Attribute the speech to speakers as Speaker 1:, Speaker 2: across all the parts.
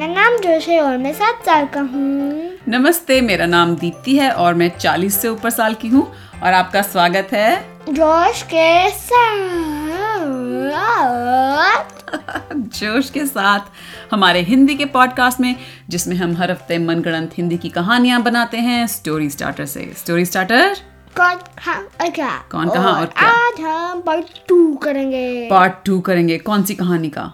Speaker 1: रसोई और मैं सात साल का हूँ
Speaker 2: नमस्ते मेरा नाम दीप्ति है और मैं 40 से ऊपर साल की हूँ और आपका स्वागत है
Speaker 1: जोश के साथ
Speaker 2: जोश के साथ हमारे हिंदी के पॉडकास्ट में जिसमें हम हर हफ्ते मनगढ़ंत हिंदी की कहानियां बनाते हैं स्टोरी स्टार्टर से स्टोरी स्टार्टर
Speaker 1: कौन कहाँ और क्या
Speaker 2: कौन कहाँ और क्या?
Speaker 1: आज हम पार्ट टू करेंगे
Speaker 2: पार्ट टू करेंगे कौन सी कहानी का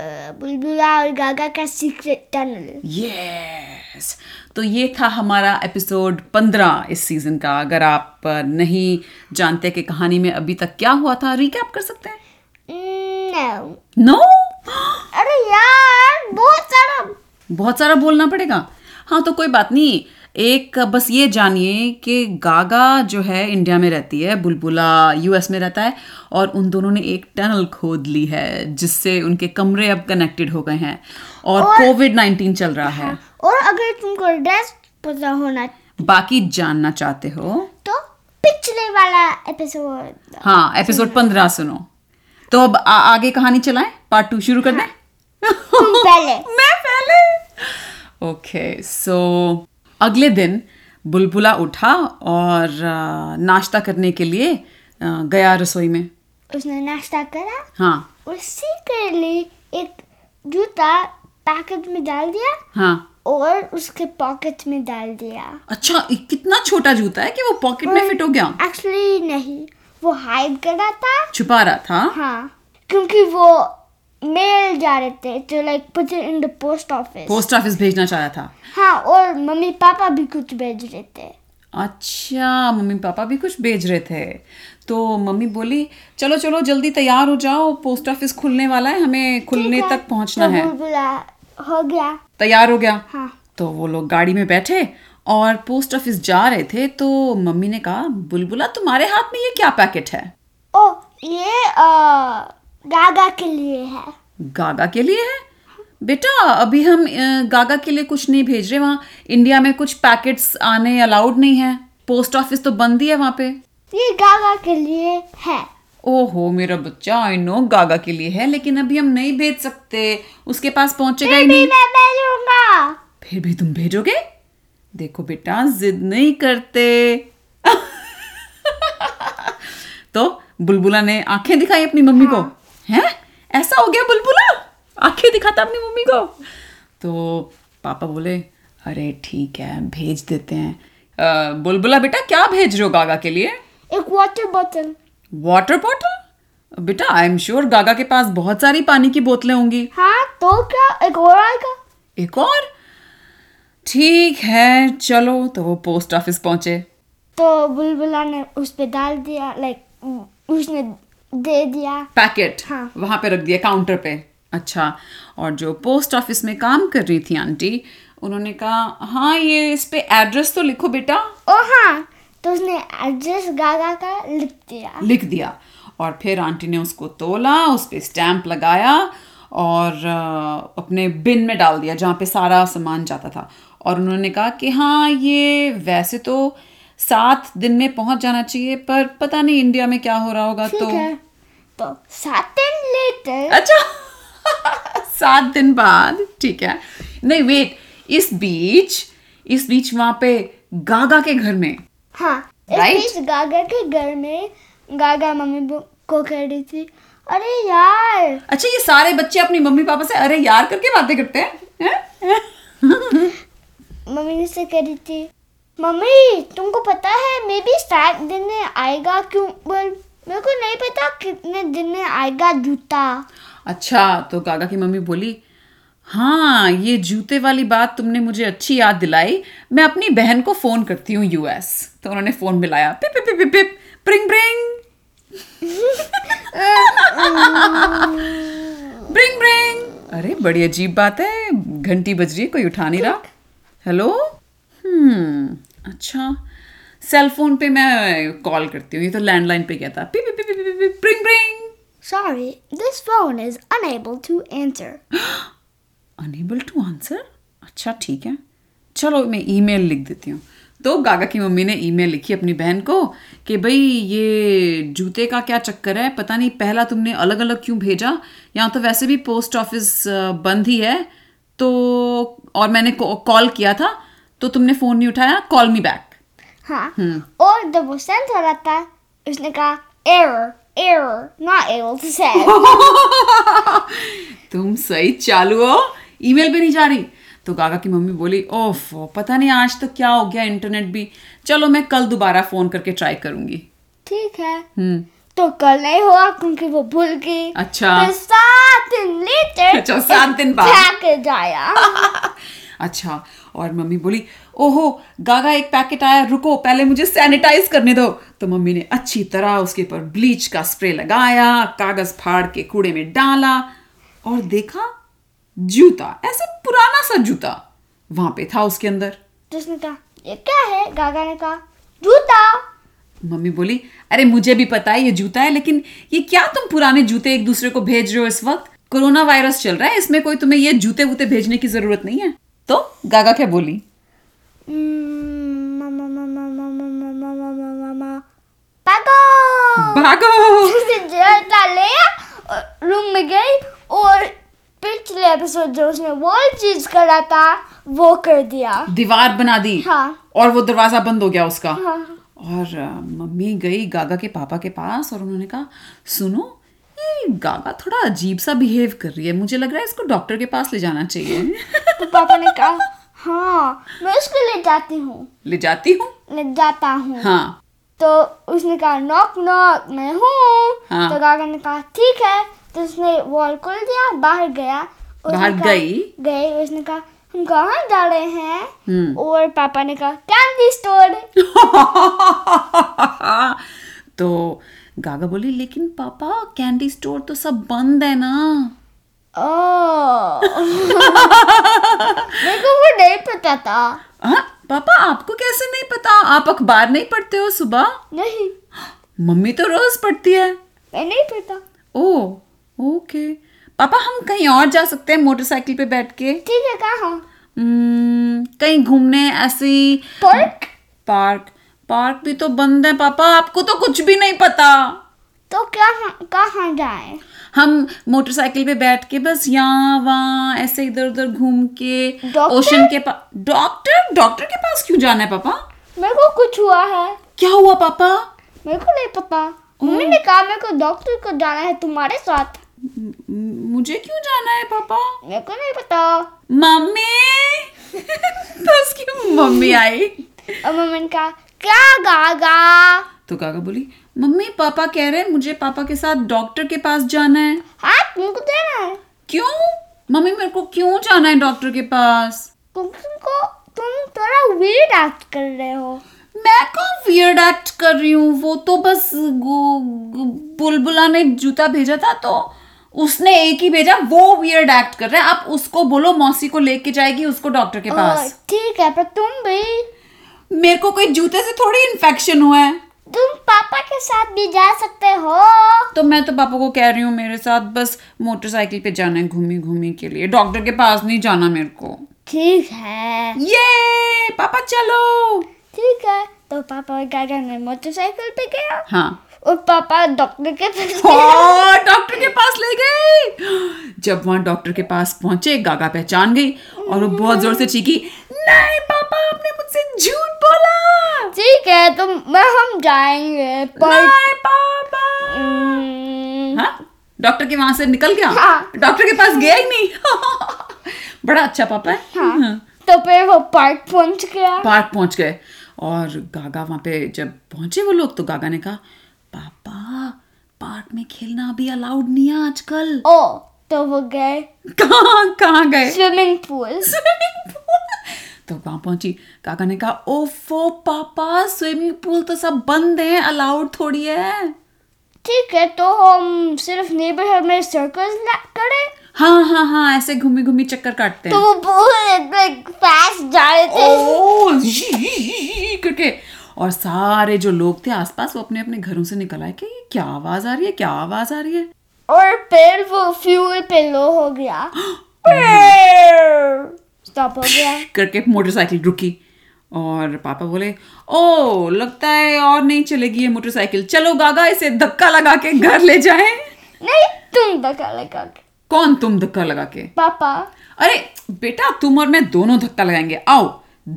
Speaker 1: अ, बुलबुला और गागा का सीक्रेट टनल
Speaker 2: यस तो ये था हमारा एपिसोड 15 इस सीजन का अगर आप अ, नहीं जानते कि कहानी में अभी तक क्या हुआ था रिकैप कर सकते हैं
Speaker 1: नो
Speaker 2: नो
Speaker 1: Hmm, अरे यार बहुत सारा
Speaker 2: बहुत सारा बोलना पड़ेगा हाँ तो कोई बात नहीं एक बस ये जानिए कि गागा जो है इंडिया में रहती है बुलबुला यूएस में रहता है और उन दोनों ने एक टनल खोद ली है जिससे उनके कमरे अब कनेक्टेड हो गए हैं और कोविड नाइन्टीन चल रहा है
Speaker 1: और अगर तुमको ड्रेस पता होना
Speaker 2: बाकी जानना चाहते हो
Speaker 1: तो पिछले वाला एपिसोड
Speaker 2: हाँ एपिसोड पंद्रह सुनो तो अब आ, आगे कहानी चलाएं पार्ट टू शुरू कर दें हाँ।
Speaker 1: तुम पहले
Speaker 2: मैं पहले ओके सो अगले दिन बुलबुला उठा और आ, नाश्ता करने के लिए आ, गया रसोई में
Speaker 1: उसने नाश्ता करा
Speaker 2: हाँ
Speaker 1: और सीक्रेटली एक जूता पैकेट में डाल दिया
Speaker 2: हाँ
Speaker 1: और उसके पॉकेट में डाल दिया
Speaker 2: अच्छा ये कितना छोटा जूता है कि वो पॉकेट में फिट हो गया
Speaker 1: एक्चुअली नहीं वो हाइड कर रहा था
Speaker 2: छुपा रहा था
Speaker 1: हाँ क्योंकि वो मेल जा रहे थे तो like put in the post office
Speaker 2: post office भेजना चाह रहा था
Speaker 1: हाँ और मम्मी पापा भी कुछ भेज रहे थे
Speaker 2: अच्छा मम्मी पापा भी कुछ भेज रहे थे तो मम्मी बोली चलो चलो जल्दी तैयार हो जाओ पोस्ट ऑफिस खुलने वाला है हमें खुलने तक पहुंचना
Speaker 1: तो
Speaker 2: है
Speaker 1: बुलबुला हो गया
Speaker 2: तैयार हो गया
Speaker 1: हाँ
Speaker 2: तो वो लोग गाड़ी में बैठे और पोस्ट ऑफिस जा रहे थे तो मम्मी ने कहा बुलबुला तुम्हारे हाथ में ये क्या पैकेट है
Speaker 1: ओ ये अ, गागा के लिए है
Speaker 2: गागा के लिए है बेटा अभी हम अ, गागा के लिए कुछ नहीं भेज रहे वहाँ इंडिया में कुछ पैकेट्स आने अलाउड नहीं है पोस्ट ऑफिस तो बंद ही है वहाँ पे
Speaker 1: ये गागा के लिए है
Speaker 2: ओहो मेरा बच्चा आई नो गागा के लिए है लेकिन अभी हम नहीं भेज सकते उसके पास पहुंचेगा
Speaker 1: भी
Speaker 2: ही नहीं
Speaker 1: मैं भेजूंगा
Speaker 2: फिर भी तुम भेजोगे देखो बेटा जिद नहीं करते तो बुलबुला ने आंखें दिखाई अपनी मम्मी को हैं ऐसा हो गया बुलबुला आंखें दिखाता अपनी मम्मी को तो पापा बोले अरे ठीक है भेज देते हैं "अ, बुलबुला बेटा क्या भेज रहे हो गागा के लिए
Speaker 1: एक वाटर बोतल
Speaker 2: वाटर बॉटल बेटा आई एम श्योर गागा के पास बहुत सारी पानी की बोतलें होंगी
Speaker 1: हाँ तो क्या एक और आएगा
Speaker 2: एक और ठीक है चलो तो वो पोस्ट ऑफिस पहुंचे
Speaker 1: तो बुलबुला ने उस पे डाल दिया लाइक उसने दे दिया
Speaker 2: पैकेट
Speaker 1: हाँ।
Speaker 2: वहां पे रख दिया काउंटर पे अच्छा और जो पोस्ट ऑफिस में काम कर रही थी आंटी उन्होंने कहा हाँ ये इस पे एड्रेस तो लिखो बेटा
Speaker 1: ओ हाँ तो उसने एड्रेस गागा का लिख दिया
Speaker 2: लिख दिया और फिर आंटी ने उसको तोला उस पे स्टैंप लगाया और अ, अपने बिन में डाल दिया जहाँ पे सारा सामान जाता था और उन्होंने कहा कि हाँ ये वैसे तो सात दिन में पहुंच जाना चाहिए पर पता नहीं इंडिया में क्या हो रहा होगा
Speaker 1: ठीक
Speaker 2: तो
Speaker 1: है तो सात दिन लेटर
Speaker 2: अच्छा सात दिन बाद ठीक है नहीं वेट इस बीच इस बीच वहां पे गागा के घर में
Speaker 1: हाँ इस
Speaker 2: Right?
Speaker 1: बीच गागा के घर में गागा मम्मी बो- को कह रही थी अरे यार
Speaker 2: अच्छा ये सारे बच्चे अपनी मम्मी पापा से अरे यार करके बातें करते हैं हैं?
Speaker 1: मम्मी से कह रही थी मम्मी तुमको पता है मे बी सात दिन में आएगा क्यों बोल मेरे को नहीं पता कितने दिन में आएगा जूता
Speaker 2: अच्छा तो गागा की मम्मी बोली हाँ ये जूते वाली बात तुमने मुझे अच्छी याद दिलाई मैं अपनी बहन को फोन करती हूँ यूएस तो उन्होंने फोन मिलाया पिप पिप पिप पिप पिप ब्रिंग ब्रिंग ब्रिंग ब्रिंग अरे बड़ी अजीब बात है घंटी बज रही है कोई उठा नहीं रहा हेलो हम्म अच्छा सेल फोन पे मैं कॉल करती हूँ ये तो लैंडलाइन पे गया था पिप पिप पिप पिप पिप bring bring
Speaker 1: sorry this phone is unable to answer
Speaker 2: unable to answer अच्छा ठीक है चलो मैं ईमेल लिख देती हूँ तो गागा की मम्मी ने ईमेल लिखी अपनी बहन को कि भाई ये जूते का क्या चक्कर है पता नहीं पहला तुमने अलग अलग क्यों भेजा यहाँ तो वैसे भी पोस्ट ऑफिस बंद ही है तो और मैंने कॉल किया था तो तुमने फोन नहीं उठाया कॉल मी बैक
Speaker 1: हाँ और जब वो सेंट हो रहा था उसने कहा error error not able to send
Speaker 2: तुम सही चालू हो ईमेल पे नहीं जा रही तो गागा की मम्मी बोली ओफो पता नहीं आज तो क्या हो गया इंटरनेट भी चलो मैं कल दोबारा फोन करके ट्राई करूंगी
Speaker 1: ठीक है
Speaker 2: हम्म
Speaker 1: तो कल नहीं हुआ क्योंकि वो भूल गई
Speaker 2: अच्छा।
Speaker 1: फिर सात दिन लेटर
Speaker 2: अच्छा, सात दिन बाद।
Speaker 1: पैकेज आया
Speaker 2: अच्छा और मम्मी बोली ओहो गागा एक पैकेट आया रुको पहले मुझे सैनिटाइज करने दो तो मम्मी ने अच्छी तरह उसके ऊपर ब्लीच का स्प्रे लगाया कागज फाड़ के कूड़े में डाला और देखा जूता ऐसे पुराना सा जूता वहां पे था उसके अंदर
Speaker 1: तो उसने कहा ये क्या है गागा ने कहा जूता "हम्म,
Speaker 2: मम्मी बोली अरे मुझे भी पता है ये जूता है लेकिन ये क्या तुम पुराने जूते एक दूसरे को भेज रहे हो इस वक्त कोरोना वायरस चल रहा है इसमें कोई तुम्हें ये जूते वूते भेजने की जरूरत नहीं है तो गागा क्या बोली
Speaker 1: "Mm, मामा मामा मामा मामा मामा मामा पागल
Speaker 2: भागो
Speaker 1: उसने जूता लिया और रूम में गई और पिछले एपिसोड जो उसने वो चीज करा था वो कर दिया
Speaker 2: दीवार बना दी
Speaker 1: हाँ
Speaker 2: और वो दरवाजा बंद हो गया उसका
Speaker 1: हाँ
Speaker 2: और अ, मम्मी गई गागा के पापा के पास और उन्होंने कहा सुनो ये गागा थोड़ा अजीब सा बिहेव कर रही है मुझे लग रहा है इसको डॉक्टर के पास ले जाना चाहिए
Speaker 1: तो पापा ने कहा हाँ मैं उसको ले जाती हूँ
Speaker 2: ले जाती हूँ
Speaker 1: ले जाता हूँ
Speaker 2: हाँ
Speaker 1: तो उसने कहा नॉक नॉक मैं हूँ
Speaker 2: हाँ।
Speaker 1: तो गागा ने कहा ठीक है तो उसने वॉल खोल दिया बाहर गया उसने
Speaker 2: बाहर
Speaker 1: कहा-
Speaker 2: गई?
Speaker 1: गई उसने कहा हम कहाँ जा रहे हैं
Speaker 2: हम्म।
Speaker 1: और पापा ने कहा कैंडी स्टोर
Speaker 2: तो गागा बोली लेकिन पापा कैंडी स्टोर तो सब बंद है ना
Speaker 1: ओह मेरे को वो नहीं पता था
Speaker 2: हाँ पापा आपको कैसे नहीं पता आप अखबार नहीं पढ़ते हो सुबह
Speaker 1: नहीं
Speaker 2: मम्मी तो रोज पढ़ती है
Speaker 1: मैं नहीं पता
Speaker 2: ओ ओके पापा हम कहीं और जा सकते हैं मोटरसाइकिल पे बैठ के
Speaker 1: ठीक है कहाँ
Speaker 2: Hmm, कहीं घूमने ऐसे ही
Speaker 1: पार्क
Speaker 2: पार्क पार्क भी तो बंद है पापा आपको तो कुछ भी नहीं पता
Speaker 1: तो क्या कहाँ जाए
Speaker 2: हम मोटरसाइकिल पे बैठ के बस यहाँ वहाँ ऐसे इधर उधर घूम के
Speaker 1: डॉक्टर?
Speaker 2: ओशन के पास डॉक्टर डॉक्टर के पास क्यों जाना है पापा
Speaker 1: मेरे को कुछ हुआ है
Speaker 2: क्या हुआ पापा
Speaker 1: मेरे को नहीं पता मम्मी ने कहा मेरे को डॉक्टर को जाना है तुम्हारे साथ
Speaker 2: म- म- मुझे क्यों जाना है पापा
Speaker 1: मेरे को नहीं पता
Speaker 2: मम्मी बस क्यों मम्मी आई
Speaker 1: और मम्मी ने कहा क्या गागा
Speaker 2: तो काका बोली मम्मी पापा कह रहे हैं मुझे पापा के साथ डॉक्टर के पास जाना है
Speaker 1: हाँ तुमको जाना है
Speaker 2: क्यों मम्मी मेरे को क्यों जाना है डॉक्टर के पास
Speaker 1: क्योंकि तुमको तुम थोड़ा वीड एक्ट कर रहे हो
Speaker 2: मैं कौन वियर्ड एक्ट कर रही हूँ वो तो बस गु- गु- बुलबुला ने जूता भेजा था तो उसने एक ही भेजा वो वियर्ड एक्ट कर रहा है आप उसको बोलो मौसी को लेके जाएगी उसको डॉक्टर के
Speaker 1: और
Speaker 2: पास
Speaker 1: ठीक है पर तुम भी
Speaker 2: मेरे को कोई जूते से थोड़ी इन्फेक्शन हुआ है
Speaker 1: तुम पापा के साथ भी जा सकते हो
Speaker 2: तो मैं तो पापा को कह रही हूँ मेरे साथ बस मोटरसाइकिल पे जाना है घूमी घूमी के लिए डॉक्टर के पास नहीं जाना मेरे को
Speaker 1: ठीक है
Speaker 2: ये पापा चलो
Speaker 1: ठीक है तो पापा और गागा ने मोटरसाइकिल पे गया
Speaker 2: हाँ
Speaker 1: और पापा डॉक्टर के पास गया
Speaker 2: ओ, डॉक्टर के पास ले गए जब वहां डॉक्टर के पास पहुंचे गागा पहचान गई और वो बहुत जोर से चीखी नहीं पापा आपने मुझसे झूठ बोला
Speaker 1: ठीक है तो मैं हम जाएंगे पर
Speaker 2: नहीं पापा
Speaker 1: हम्म,
Speaker 2: हाँ डॉक्टर के वहां से निकल गया
Speaker 1: हाँ।
Speaker 2: डॉक्टर के पास गया ही नहीं बड़ा अच्छा पापा है
Speaker 1: हाँ। तो फिर वो पार्क पहुंच गया
Speaker 2: पार्क पहुंच गए और गागा वहां पे जब पहुंचे वो लोग तो गागा ने कहा पापा पार्क में खेलना भी अलाउड नहीं है आजकल
Speaker 1: ओ तो वो गए
Speaker 2: कहाँ कहाँ गए
Speaker 1: स्विमिंग पूल
Speaker 2: स्विमिंग पूल तो वहां पहुंची काका ने कहा ओफो पापा स्विमिंग पूल तो सब बंद है अलाउड थोड़ी है
Speaker 1: ठीक है तो हम सिर्फ नेबरहुड में सर्कल करें
Speaker 2: हाँ हाँ हाँ ऐसे घूमी घूमी चक्कर काटते
Speaker 1: तो
Speaker 2: हैं
Speaker 1: वो बहुत फास्ट जा रहे
Speaker 2: Oh.
Speaker 1: थे
Speaker 2: ओ जी, जी, जी, करके और सारे जो लोग थे आसपास वो अपने अपने घरों से निकल आए कि ये क्या आवाज आ रही है क्या आवाज आ रही है
Speaker 1: और फिर वो फ्यूल पे लो हो गया स्टॉप हो गया
Speaker 2: करके मोटरसाइकिल रुकी और पापा बोले ओ लगता है और नहीं चलेगी ये मोटरसाइकिल चलो गागा इसे धक्का लगा के घर ले जाएं
Speaker 1: नहीं तुम धक्का लगा के
Speaker 2: कौन तुम धक्का लगा के
Speaker 1: पापा
Speaker 2: अरे बेटा तुम और मैं दोनों धक्का लगाएंगे आओ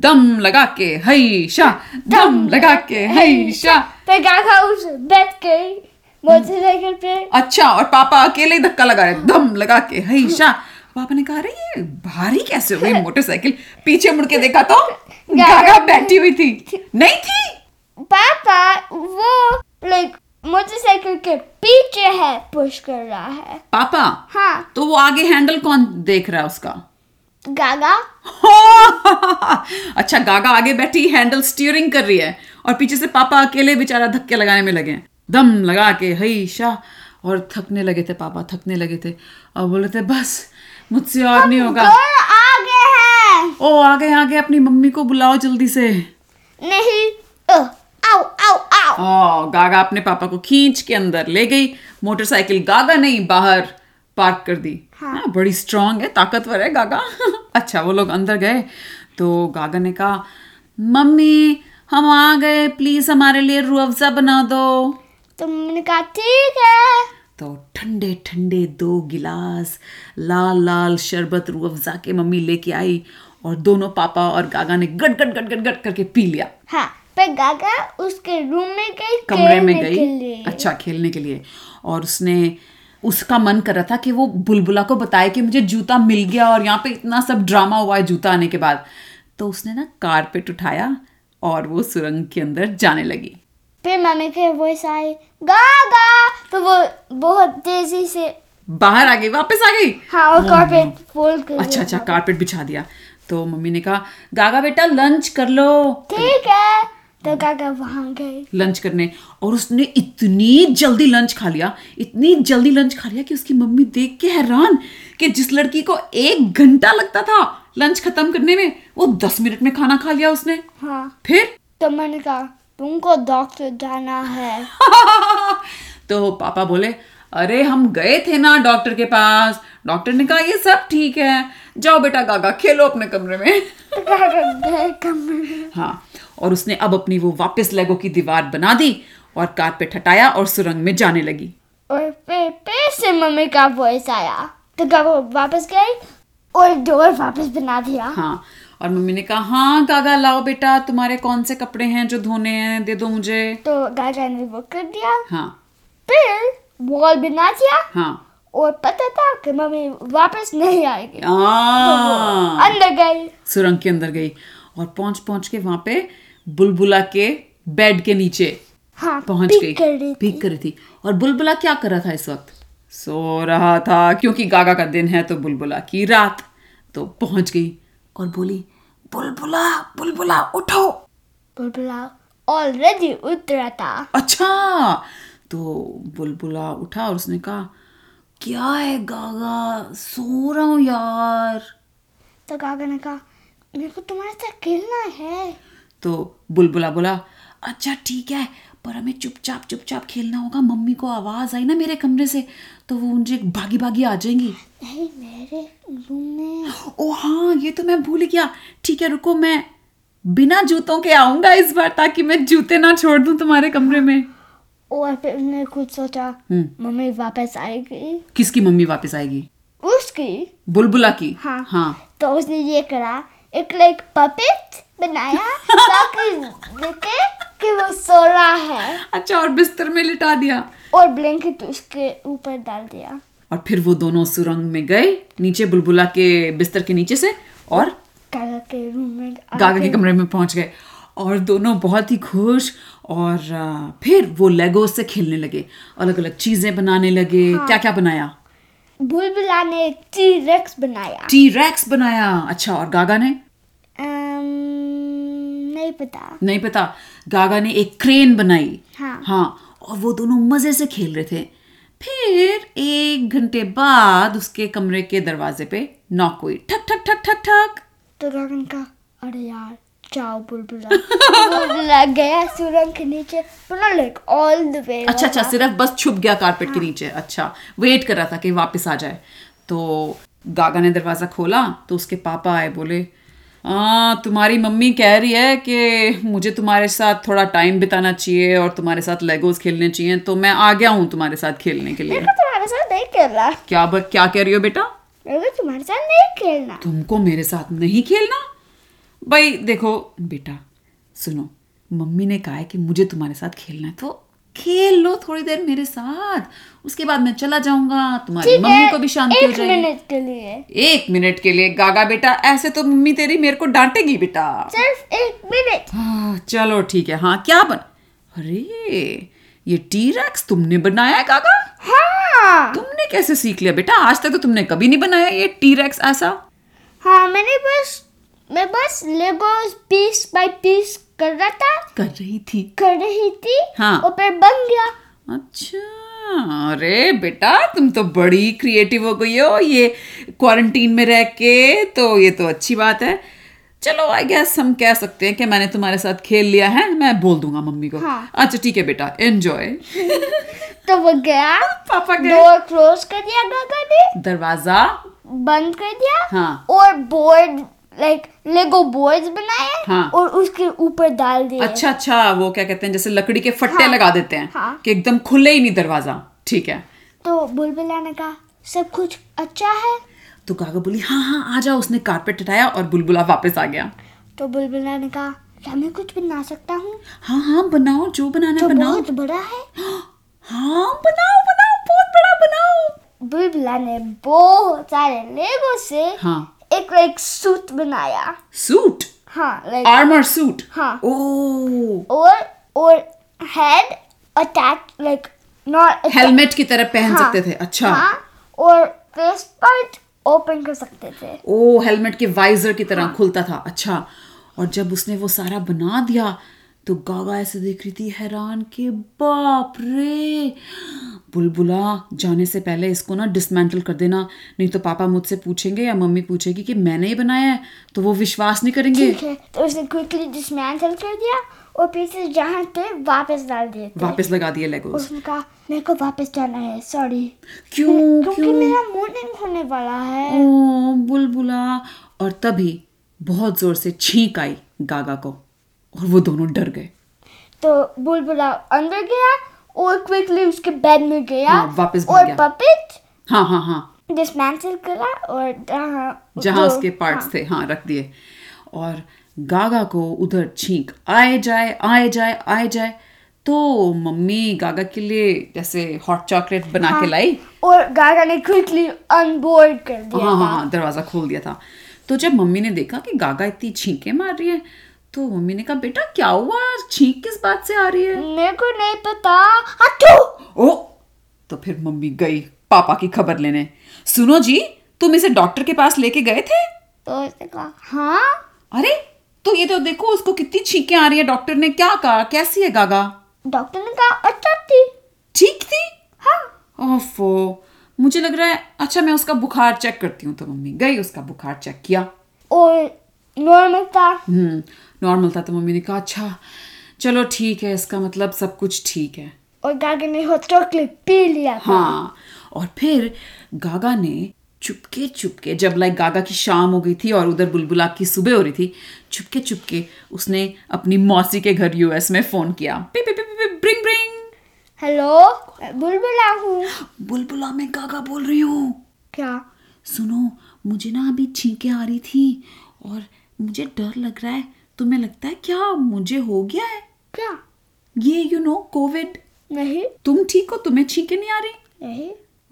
Speaker 2: दम लगा के हई शाह दम लगा के हई शाह
Speaker 1: फिर गागा उस बैठ गई मोटरसाइकिल पे
Speaker 2: अच्छा और पापा अकेले ही धक्का लगा रहे दम लगा के हई शाह पापा ने कहा अरे ये भारी कैसे हो गई मोटरसाइकिल पीछे मुड़ के देखा तो गागा बैठी हुई थी नहीं थी
Speaker 1: पापा वो लाइक मोटरसाइकिल के पीछे है पुश कर रहा है
Speaker 2: पापा
Speaker 1: हाँ
Speaker 2: तो वो आगे हैंडल कौन देख रहा है उसका
Speaker 1: गागा
Speaker 2: अच्छा गागा आगे बैठी हैंडल स्टीयरिंग कर रही है और पीछे से पापा अकेले बेचारा धक्के लगाने में लगे हैं। दम लगा के हई शाह और थकने लगे थे पापा थकने लगे थे और बोले थे बस मुझसे और
Speaker 1: Oh
Speaker 2: नहीं होगा
Speaker 1: गोल आगे है
Speaker 2: ओ आ गए आ गए अपनी मम्मी को बुलाओ जल्दी से
Speaker 1: नहीं ओ, आओ आओ आओ
Speaker 2: ओ गागा अपने पापा को खींच के अंदर ले गई मोटरसाइकिल गागा नहीं बाहर पार्क कर दी
Speaker 1: हाँ।
Speaker 2: हाँ, बड़ी स्ट्रांग है ताकतवर है गागा अच्छा वो लोग अंदर गए तो गागा ने कहा मम्मी हम आ गए प्लीज हमारे लिए रूह अफ़ज़ा बना दो
Speaker 1: तो मैंने कहा ठीक है
Speaker 2: तो ठंडे ठंडे दो गिलास लाल लाल शरबत रूह अफ़ज़ा के मम्मी लेके आई और दोनों पापा और गागा ने गट गट गट गट गट करके पी लिया
Speaker 1: हाँ पर गागा उसके रूम में गई
Speaker 2: कमरे में
Speaker 1: खेलने के
Speaker 2: गई
Speaker 1: लिए।
Speaker 2: अच्छा खेलने के लिए और उसने उसका मन कर रहा था कि वो बुलबुला को बताए कि मुझे जूता मिल गया और यहाँ पे इतना सब ड्रामा हुआ है जूता आने के बाद तो उसने ना कारपेट उठाया और वो सुरंग के अंदर जाने लगी
Speaker 1: फिर मम्मी के वॉइस आई गागा तो वो बहुत तेजी से
Speaker 2: बाहर आ गई वापस आ गई
Speaker 1: हाँ और कॉर्पोरेट फोल्ड कर
Speaker 2: अच्छा अच्छा कारपेट बिछा दिया तो मम्मी ने कहा गागा बेटा लंच कर लो
Speaker 1: ठीक है तो गागा वहाँ गई
Speaker 2: लंच करने और उसने इतनी जल्दी लंच खा लिया इतनी जल्दी लंच खा लिया कि उसकी मम्मी देख के हैरान कि जिस लड़की को एक घंटा लगता था लंच खत्म करने में वो दस मिनट में खाना खा लिया उसने
Speaker 1: हाँ
Speaker 2: फिर
Speaker 1: तो मैंने कहा तुमको डॉक्टर जाना है
Speaker 2: तो पापा बोले अरे हम गए थे ना डॉक्टर के पास डॉक्टर ने कहा ये सब ठीक है जाओ बेटा गागा खेलो अपने कमरे में
Speaker 1: तो गागा गए कमरे में।
Speaker 2: हाँ और उसने अब अपनी वो वापस लेगो की दीवार बना दी और कारपेट हटाया और सुरंग में जाने लगी
Speaker 1: और फिर फिर से मम्मी का वॉइस आया तो गागा वापस गई और डोर वापस बना दिया
Speaker 2: हाँ और मम्मी ने कहा हाँ गागा लाओ बेटा तुम्हारे कौन से कपड़े हैं जो धोने हैं दे दो मुझे
Speaker 1: तो गागा ने वो कर दिया
Speaker 2: हाँ
Speaker 1: फिर वॉल बना दिया
Speaker 2: हाँ
Speaker 1: और पता था कि मम्मी वापस नहीं आएगी तो वो
Speaker 2: आ,
Speaker 1: अंदर गई
Speaker 2: हाँ। सुरंग के अंदर गई और पहुंच पहुंच के वहां पे बुलबुला के बेड के नीचे
Speaker 1: हाँ
Speaker 2: पहुंच
Speaker 1: पीक
Speaker 2: गई
Speaker 1: कर रही थी।
Speaker 2: भीग कर रही थी और बुलबुला क्या कर रहा था इस वक्त सो रहा था क्योंकि गागा का दिन है तो बुलबुला की रात तो पहुंच गई और बोली बुलबुला बुलबुला उठो
Speaker 1: बुलबुला ऑलरेडी उतरा था
Speaker 2: अच्छा तो बुलबुला उठा और उसने कहा क्या है गागा सो रहा हूँ यार
Speaker 1: तो गागा ने कहा मेरे को तुम्हारे साथ खेलना है
Speaker 2: तो बुलबुला बोला अच्छा ठीक है पर हमें चुपचाप चुपचाप खेलना होगा मम्मी को आवाज आई ना मेरे कमरे से तो वो मुझे भागी भागी आ जाएंगी
Speaker 1: नहीं मेरे रूम में
Speaker 2: ओ हाँ ये तो मैं भूल गया ठीक है रुको मैं बिना जूतों के आऊंगा इस बार ताकि मैं जूते ना छोड़ दूं तुम्हारे कमरे में
Speaker 1: और फिर उसने खुद सोचा मम्मी वापस आएगी
Speaker 2: किसकी मम्मी वापस आएगी
Speaker 1: उसकी
Speaker 2: बुलबुला की
Speaker 1: हाँ।
Speaker 2: हाँ
Speaker 1: तो उसने ये करा एक लाइक पपेट बनाया ताकि देखे कि वो सो रहा है
Speaker 2: अच्छा और बिस्तर में लिटा दिया
Speaker 1: और ब्लैंकेट उसके ऊपर डाल दिया
Speaker 2: और फिर वो दोनों सुरंग में गए नीचे बुलबुला के बिस्तर के नीचे से और
Speaker 1: गागा के रूम में आ
Speaker 2: गागा के
Speaker 1: गई।
Speaker 2: कमरे में पहुंच गए और दोनों बहुत ही खुश और आ, फिर वो लेगो से खेलने लगे अलग अलग चीजें बनाने लगे क्या क्या बनाया
Speaker 1: बुलबुला ने एक टीरेक्स बनाया
Speaker 2: टी रैक्स बनाया अच्छा और गागा ने
Speaker 1: अम, नहीं पता
Speaker 2: नहीं पता गागा ने एक क्रेन बनाई
Speaker 1: हाँ।
Speaker 2: हाँ और वो दोनों मजे से खेल रहे थे फिर एक घंटे बाद उसके कमरे के दरवाजे पे नॉक हुई ठक ठक ठक ठक ठक
Speaker 1: तो गगन का अरे यार जाओ बुलबुला बुलबुला गया सुरंग के नीचे पूरा लाइक ऑल द वे
Speaker 2: अच्छा अच्छा सिर्फ बस छुप गया कारपेट के नीचे अच्छा वेट कर रहा था कि वापस आ जाए तो गागा ने दरवाजा खोला तो उसके पापा आए बोले आ, तुम्हारी मम्मी कह रही है कि मुझे तुम्हारे साथ थोड़ा टाइम बिताना चाहिए और तुम्हारे साथ लेगोज खेलने चाहिए तो मैं आ गया हूँ तुम्हारे साथ खेलने के लिए
Speaker 1: तुम्हारा तुम्हारे साथ नहीं खेलना
Speaker 2: क्या ब- क्या कह रही हो बेटा
Speaker 1: मेरे को तुम्हारे साथ नहीं खेलना
Speaker 2: तुमको मेरे साथ नहीं खेलना भाई देखो बेटा सुनो मम्मी ने कहा है कि मुझे तुम्हारे साथ खेलना है तो खेल लो थोड़ी देर मेरे साथ उसके बाद मैं चला जाऊंगा तुम्हारी
Speaker 1: ठीक
Speaker 2: मम्मी
Speaker 1: है,
Speaker 2: को भी शांति हो
Speaker 1: एक
Speaker 2: जाएगी
Speaker 1: मिनट के लिए
Speaker 2: एक मिनट के लिए गागा बेटा ऐसे तो मम्मी तेरी मेरे को डांटेगी बेटा
Speaker 1: सिर्फ एक मिनट
Speaker 2: हाँ, चलो ठीक है हाँ क्या बन अरे ये टी रैक्स तुमने बनाया है गागा
Speaker 1: हाँ
Speaker 2: तुमने कैसे सीख लिया बेटा आज तक तो तुमने कभी नहीं बनाया ये टी रैक्स ऐसा
Speaker 1: हाँ मैंने बस मैं बस लेगो पीस बाय पीस कर रहा था
Speaker 2: कर रही थी
Speaker 1: कर रही थी
Speaker 2: हाँ।
Speaker 1: और फिर बन गया
Speaker 2: अच्छा अरे बेटा तुम तो बड़ी क्रिएटिव हो गई हो ये क्वारंटीन में रह के तो ये तो अच्छी बात है चलो आई गेस हम कह सकते हैं कि मैंने तुम्हारे साथ खेल लिया है मैं बोल दूंगा मम्मी को
Speaker 1: हाँ।
Speaker 2: अच्छा ठीक है बेटा एंजॉय
Speaker 1: तो वो गया
Speaker 2: पापा गए
Speaker 1: डोर क्लोज कर दिया गागा ने
Speaker 2: दरवाजा
Speaker 1: बंद कर दिया
Speaker 2: हाँ।
Speaker 1: और बोर्ड लाइक लेगो बोर्ड्स बनाए
Speaker 2: हाँ।
Speaker 1: और उसके ऊपर डाल दिए
Speaker 2: अच्छा अच्छा वो क्या कहते हैं जैसे लकड़ी के फट्टे लगा देते हैं
Speaker 1: हाँ।
Speaker 2: कि एकदम खुले ही नहीं दरवाजा ठीक है
Speaker 1: तो बुलबुला ने कहा सब कुछ अच्छा है
Speaker 2: तो गागा बोली हाँ हाँ आ जाओ उसने कारपेट हटाया और बुलबुला वापस आ गया
Speaker 1: तो बुलबुला ने कहा क्या मैं कुछ बना सकता हूँ
Speaker 2: हाँ हाँ बनाओ जो बनाना है
Speaker 1: जो
Speaker 2: बनाओ
Speaker 1: तो बहुत बड़ा है
Speaker 2: हाँ बनाओ बनाओ बहुत बड़ा बनाओ
Speaker 1: बुलबुला ने बहुत सारे लेगो से
Speaker 2: हाँ
Speaker 1: एक लाइक सूट बनाया
Speaker 2: सूट
Speaker 1: हाँ लाइक
Speaker 2: आर्मर सूट
Speaker 1: हाँ।
Speaker 2: ओ
Speaker 1: और और head attach like not
Speaker 2: helmet की तरह पहन
Speaker 1: हाँ,
Speaker 2: सकते थे अच्छा
Speaker 1: हाँ और फेस पार्ट ओपन कर सकते थे
Speaker 2: ओ हेलमेट के वाइजर की तरह खुलता था अच्छा और जब उसने वो सारा बना दिया तो गागा ऐसे देख रही थी हैरान के बाप रे बुलबुला जाने से पहले इसको ना डिसमेंटल कर देना नहीं तो पापा मुझसे पूछेंगे या मम्मी पूछेगी कि मैंने ही बनाया है तो वो विश्वास नहीं करेंगे
Speaker 1: ठीक है तो उसने क्विकली डिसमेंटल कर दिया और फिर से जहाँ थे वापस डाल दिए थे
Speaker 2: वापस लगा दिए लेगोस
Speaker 1: उसने कहा मेरे को वापस जाना है सॉरी
Speaker 2: क्यों
Speaker 1: क्योंकि
Speaker 2: क्यों
Speaker 1: मेरा मॉर्निंग होने वाला है
Speaker 2: ओ बुलबुला और तभी बहुत जोर से छींक आई गागा को और वो दोनों डर गए
Speaker 1: तो बुलबुला अंदर गया और क्विकली उसके बेड में गया
Speaker 2: हाँ, वापस भाग
Speaker 1: और
Speaker 2: गया।
Speaker 1: पपिट
Speaker 2: हाँ हाँ हाँ
Speaker 1: डिसमेंटल करा और जहाँ
Speaker 2: जहाँ
Speaker 1: जो-
Speaker 2: उसके पार्ट्स थे हाँ रख दिए और गागा को उधर छींक आए जाए आए जाए आए जाए तो मम्मी गागा के लिए जैसे हॉट चॉकलेट बना
Speaker 1: हाँ,
Speaker 2: के लाई
Speaker 1: और गागा ने क्विकली अनबोर्ड कर दिया
Speaker 2: हाँ हाँ
Speaker 1: था।
Speaker 2: हाँ दरवाजा खोल दिया था तो जब मम्मी ने देखा कि गागा इतनी छींके मार रही है तो मम्मी ने कहा बेटा क्या हुआ छींक किस बात से आ रही है
Speaker 1: मेरे को नहीं पता हटो
Speaker 2: ओ तो फिर मम्मी गई पापा की खबर लेने सुनो जी तुम इसे डॉक्टर के पास लेके गए थे
Speaker 1: तो उसने कहा हाँ
Speaker 2: अरे तो ये तो देखो उसको कितनी छींकें आ रही है डॉक्टर ने क्या कहा कैसी है गागा
Speaker 1: डॉक्टर ने कहा अच्छा थी
Speaker 2: ठीक थी
Speaker 1: हाँ
Speaker 2: ओफो मुझे लग रहा है अच्छा मैं उसका बुखार चेक करती हूँ तो मम्मी गई उसका बुखार चेक किया
Speaker 1: और नॉर्मल था
Speaker 2: हम्म नॉर्मल था तो मम्मी ने कहा अच्छा चलो ठीक है इसका मतलब सब कुछ ठीक है
Speaker 1: और गागे ने हॉट चॉकलेट पी लिया था
Speaker 2: हाँ और फिर गागा ने चुपके चुपके जब लाइक गागा की शाम हो गई थी और उधर बुलबुला की सुबह हो रही थी चुपके चुपके उसने अपनी मौसी के घर यूएस में फोन किया पिप पिप पिप पिप, ब्रिंग ब्रिंग
Speaker 1: हेलो मैं बुलबुला हूँ
Speaker 2: बुलबुला मैं गागा बोल रही हूँ
Speaker 1: क्या
Speaker 2: सुनो मुझे ना अभी छींकें आ रही थी और मुझे डर लग रहा है तुम्हें लगता है क्या मुझे हो गया है
Speaker 1: क्या
Speaker 2: ये यू नो कोविड
Speaker 1: नहीं
Speaker 2: तुम ठीक हो तुम्हें छींकें नहीं आ रही
Speaker 1: नहीं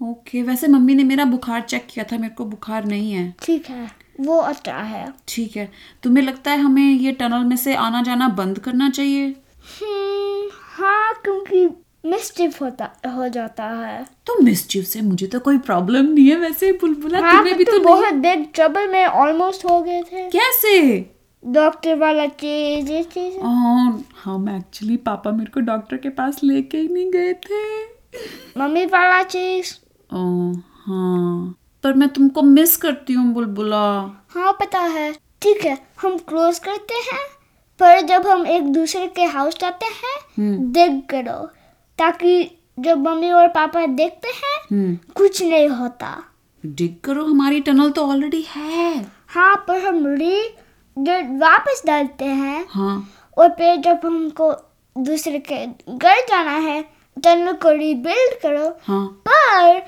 Speaker 2: ओके वैसे मम्मी ने मेरा बुखार चेक किया था मेरे को बुखार नहीं है
Speaker 1: ठीक है वो अच्छा है
Speaker 2: ठीक है तुम्हें लगता है हमें ये टनल में से आना जाना बंद करना चाहिए
Speaker 1: हम्म, हाँ क्योंकि मिस्टिफ होता हो जाता है
Speaker 2: तो मिसचीफ से मुझे तो कोई प्रॉब्लम नहीं है वैसे बुलबुला
Speaker 1: हाँ
Speaker 2: तुम्हें भी
Speaker 1: पर
Speaker 2: तो
Speaker 1: तुम
Speaker 2: नहीं
Speaker 1: बहुत बिग ट्रबल में ऑलमोस्ट हो गए थे
Speaker 2: कैसे
Speaker 1: डॉक्टर वाला चीज ये चीज
Speaker 2: और हम एक्चुअली पापा मेरे को डॉक्टर के पास लेके ही नहीं गए थे
Speaker 1: मम्मी वाला चीज
Speaker 2: ओ हाँ पर मैं तुमको मिस करती हूँ बुलबुला
Speaker 1: हाँ पता है ठीक है हम क्लोज करते हैं पर जब हम एक दूसरे के हाउस जाते हैं देख करो ताकि जब मम्मी और पापा देखते हैं
Speaker 2: हम्म
Speaker 1: कुछ नहीं होता
Speaker 2: डिग करो हमारी टनल तो ऑलरेडी है
Speaker 1: हाँ पर हम री जब वापस डालते हैं
Speaker 2: हाँ
Speaker 1: और फिर जब हमको दूसरे के घर जाना है तो उनको रिबिल्ड करो
Speaker 2: हाँ
Speaker 1: पर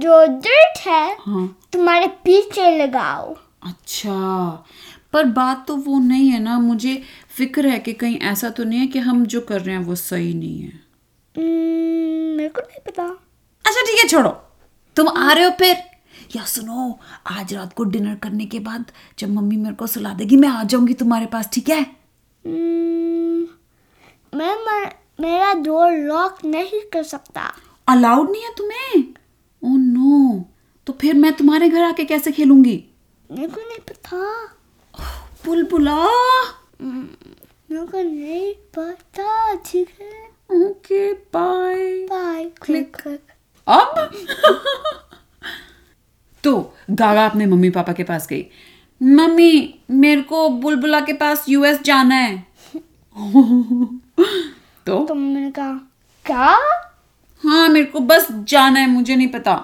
Speaker 1: जो डिट है
Speaker 2: हाँ
Speaker 1: तुम्हारे पीछे लगाओ
Speaker 2: अच्छा पर बात तो वो नहीं है ना मुझे फिक्र है कि कहीं ऐसा तो नहीं है कि हम जो कर रहे हैं वो सही नहीं है
Speaker 1: हम्म, मेरे को नहीं पता
Speaker 2: अच्छा ठीक है छोड़ो तुम आ रहे हो फिर या सुनो आज रात को डिनर करने के बाद जब मम्मी मेरे को सुला देगी मैं आ जाऊंगी तुम्हारे पास ठीक है
Speaker 1: हम्म, मैं मर, मेरा डोर लॉक नहीं कर सकता
Speaker 2: अलाउड नहीं है तुम्हें ओ नो तो फिर मैं तुम्हारे घर आके कैसे खेलूंगी
Speaker 1: मेरे को नहीं पता
Speaker 2: बुलबुला
Speaker 1: मेरे को नहीं पता ठीक है
Speaker 2: okay bye
Speaker 1: bye click click
Speaker 2: अब तो गागा अपने मम्मी पापा के पास गई मम्मी मेरे को बुलबुला के पास यूएस जाना है तो
Speaker 1: तो मैंने कहा क्या
Speaker 2: हाँ मेरे को बस जाना है मुझे नहीं पता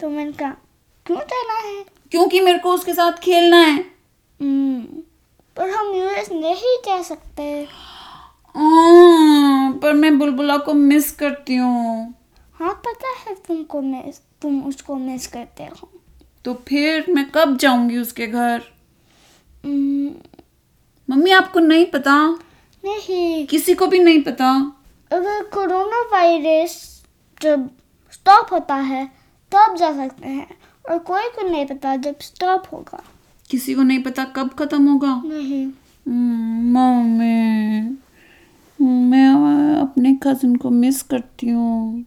Speaker 1: तो मैंने कहा क्यों जाना है
Speaker 2: क्योंकि मेरे को उसके साथ खेलना है
Speaker 1: हम्म, पर हम यूएस नहीं जा सकते
Speaker 2: आ, हाँ, पर मैं बुलबुला को मिस करती हूँ
Speaker 1: हाँ पता है तुमको मिस तुम उसको मिस करते हो
Speaker 2: तो फिर मैं कब जाऊंगी उसके घर
Speaker 1: हम्म,
Speaker 2: मम्मी आपको नहीं पता
Speaker 1: नहीं
Speaker 2: किसी को भी नहीं पता
Speaker 1: अगर कोरोना वायरस जब स्टॉप होता है तब जा सकते हैं और कोई को नहीं पता जब स्टॉप होगा
Speaker 2: किसी को नहीं पता कब खत्म होगा
Speaker 1: नहीं
Speaker 2: हम्म, मम्मी मैं अपने कजन को मिस करती हूँ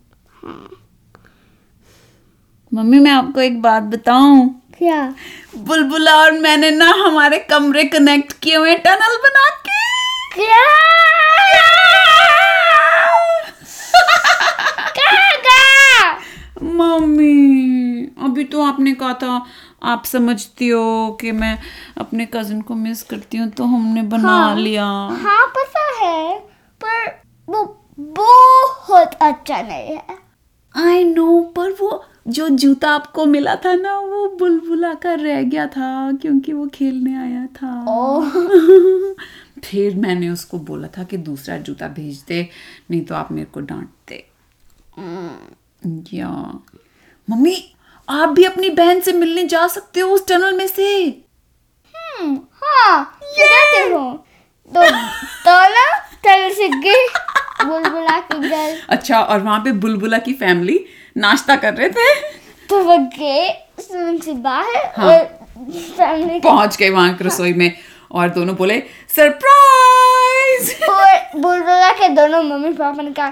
Speaker 2: मम्मी मैं आपको एक बात बताऊं
Speaker 1: क्या
Speaker 2: बुलबुला और मैंने ना हमारे कमरे कनेक्ट किए हुए हैं टनल बना के
Speaker 1: क्या क्या
Speaker 2: मम्मी अभी तो आपने कहा था आप समझती हो कि मैं अपने कजन को मिस करती हूँ तो हमने बना
Speaker 1: हाँ।
Speaker 2: लिया
Speaker 1: हाँ पता है पर वो बहुत अच्छा नहीं है
Speaker 2: आई नो पर वो जो जूता आपको मिला था ना वो बुलबुला का रह गया था क्योंकि वो खेलने आया था
Speaker 1: ओह
Speaker 2: फिर मैंने उसको बोला था कि दूसरा जूता भेज दे नहीं तो आप मेरे को डांटते
Speaker 1: हम्म,
Speaker 2: या मम्मी आप भी अपनी बहन से मिलने जा सकते हो उस टनल में से
Speaker 1: हाँ जाते हो तो दोनों तरह से गए बुलबुला की गर्ल
Speaker 2: अच्छा और वहां पे बुलबुला की फैमिली नाश्ता कर रहे थे
Speaker 1: तो वो गए सुन से बाहर
Speaker 2: हाँ।
Speaker 1: और फैमिली के
Speaker 2: पहुंच गए वहां रसोई में और दोनों बोले सरप्राइज
Speaker 1: और बुलबुला के दोनों मम्मी पापा ने कहा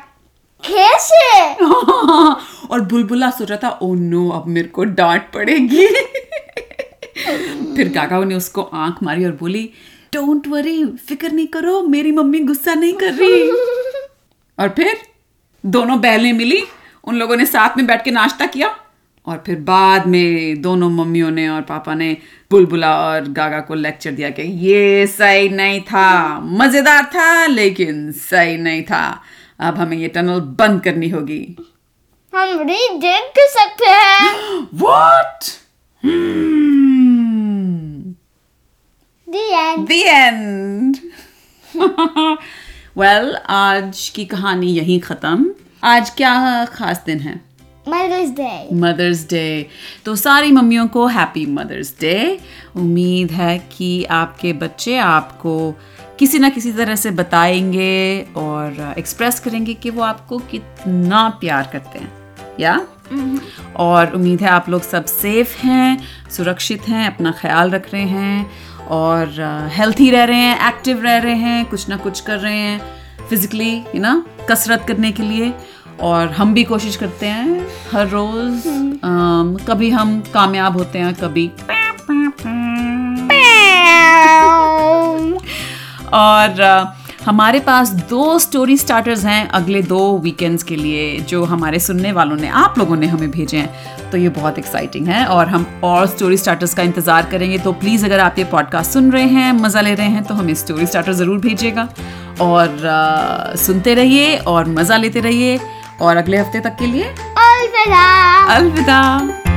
Speaker 1: कैसे
Speaker 2: और बुलबुला सोच रहा था ओ नो अब मेरे को डांट पड़ेगी फिर काकाओ ने उसको आंख मारी और बोली डोंट वरी फिक्र नहीं करो मेरी मम्मी गुस्सा नहीं कर रही और फिर दोनों बहनें मिली उन लोगों ने साथ में बैठ के नाश्ता किया और फिर बाद में दोनों मम्मियों ने और पापा ने बुलबुला और गागा को लेक्चर दिया कि ये सही नहीं था मजेदार था लेकिन सही नहीं था अब हमें ये टनल बंद करनी होगी
Speaker 1: हम रीडेट कर सकते हैं
Speaker 2: What? Hmm.
Speaker 1: The end
Speaker 2: The end. well, आज की कहानी यहीं खत्म आज क्या खास दिन है
Speaker 1: मदर्स डे
Speaker 2: मदर्स डे तो सारी मम्मियों को हैप्पी मदर्स डे उम्मीद है कि आपके बच्चे आपको किसी ना किसी तरह से बताएंगे और एक्सप्रेस करेंगे कि वो आपको कितना प्यार करते हैं या और उम्मीद है आप लोग सब सेफ हैं सुरक्षित हैं अपना ख्याल रख रहे हैं और हेल्थी रह रहे हैं एक्टिव रह रहे हैं कुछ ना कुछ कर रहे हैं फिजिकली यू ना कसरत करने के लिए और हम भी कोशिश करते हैं हर रोज़ अम, कभी हम कामयाब होते हैं कभी और अ, हमारे पास दो स्टोरी स्टार्टर्स हैं अगले दो वीकेंड्स के लिए जो हमारे सुनने वालों ने आप लोगों ने हमें भेजे हैं तो ये बहुत एक्साइटिंग है और हम और स्टोरी स्टार्टर्स का इंतज़ार करेंगे तो प्लीज़ अगर आप ये पॉडकास्ट सुन रहे हैं मज़ा ले रहे हैं तो हमें स्टोरी स्टार्टर ज़रूर भेजिएगा और अ, सुनते रहिए और मज़ा लेते रहिए और अगले हफ्ते तक के लिए
Speaker 1: अलविदा
Speaker 2: अलविदा